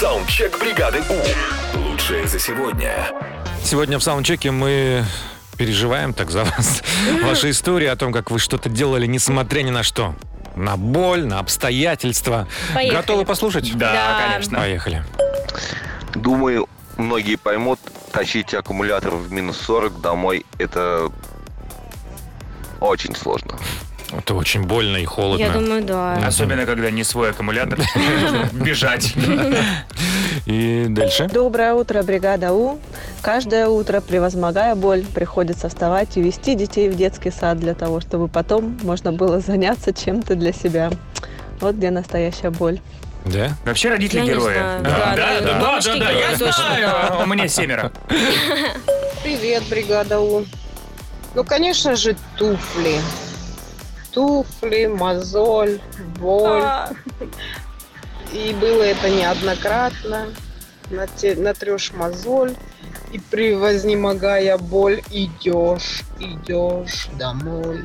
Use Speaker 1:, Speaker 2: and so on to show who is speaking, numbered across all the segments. Speaker 1: Саундчек бригады У. Лучшее за сегодня.
Speaker 2: Сегодня в саундчеке мы переживаем так за вас. Ваши истории о том, как вы что-то делали, несмотря ни на что. На боль, на обстоятельства.
Speaker 3: Поехали.
Speaker 2: Готовы послушать?
Speaker 4: Да,
Speaker 3: Да.
Speaker 4: конечно.
Speaker 2: Поехали.
Speaker 5: Думаю, многие поймут, тащить аккумулятор в минус 40 домой это очень сложно.
Speaker 2: Это очень больно и холодно.
Speaker 3: Я думаю, да.
Speaker 4: Особенно, когда не свой аккумулятор. Бежать.
Speaker 2: И дальше.
Speaker 6: Доброе утро, бригада У. Каждое утро, превозмогая боль, приходится вставать и вести детей в детский сад для того, чтобы потом можно было заняться чем-то для себя. Вот где настоящая боль.
Speaker 2: Да?
Speaker 4: Вообще родители
Speaker 3: Я не
Speaker 4: герои.
Speaker 3: знаю.
Speaker 4: Да,
Speaker 3: Да, да,
Speaker 4: да, да,
Speaker 3: бабушки
Speaker 4: да, да, я
Speaker 3: герои, точно,
Speaker 4: знаю.
Speaker 3: да.
Speaker 4: У меня семеро.
Speaker 7: Привет, бригада У. Ну, конечно же, туфли. Туфли, мозоль, боль.
Speaker 3: А.
Speaker 7: И было это неоднократно. Нате- Натрешь мозоль и превознемогая боль идешь, идешь домой.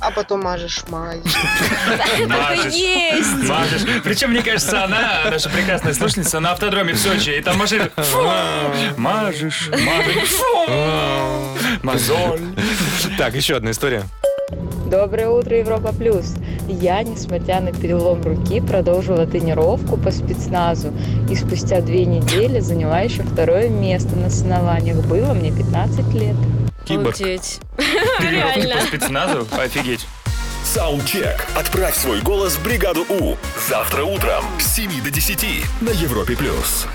Speaker 7: А потом мажешь мазь.
Speaker 3: Так и
Speaker 4: Мажешь.
Speaker 3: есть.
Speaker 4: Мажешь. Причем, мне кажется, она, наша прекрасная слушательница, на автодроме в Сочи. И там машина. Фу. Мажешь, мажешь. Фу. Мозоль.
Speaker 2: Так, еще одна история.
Speaker 8: Доброе утро, Европа Плюс! Я, несмотря на перелом руки, продолжила тренировку по спецназу и спустя две недели заняла еще второе место на соревнованиях. Было мне 15 лет.
Speaker 2: Киборг.
Speaker 3: Обалдеть.
Speaker 4: Тренировки по
Speaker 3: Реально.
Speaker 4: спецназу. Офигеть.
Speaker 1: Саундчек. Отправь свой голос в бригаду У. Завтра утром с 7 до 10 на Европе+. плюс.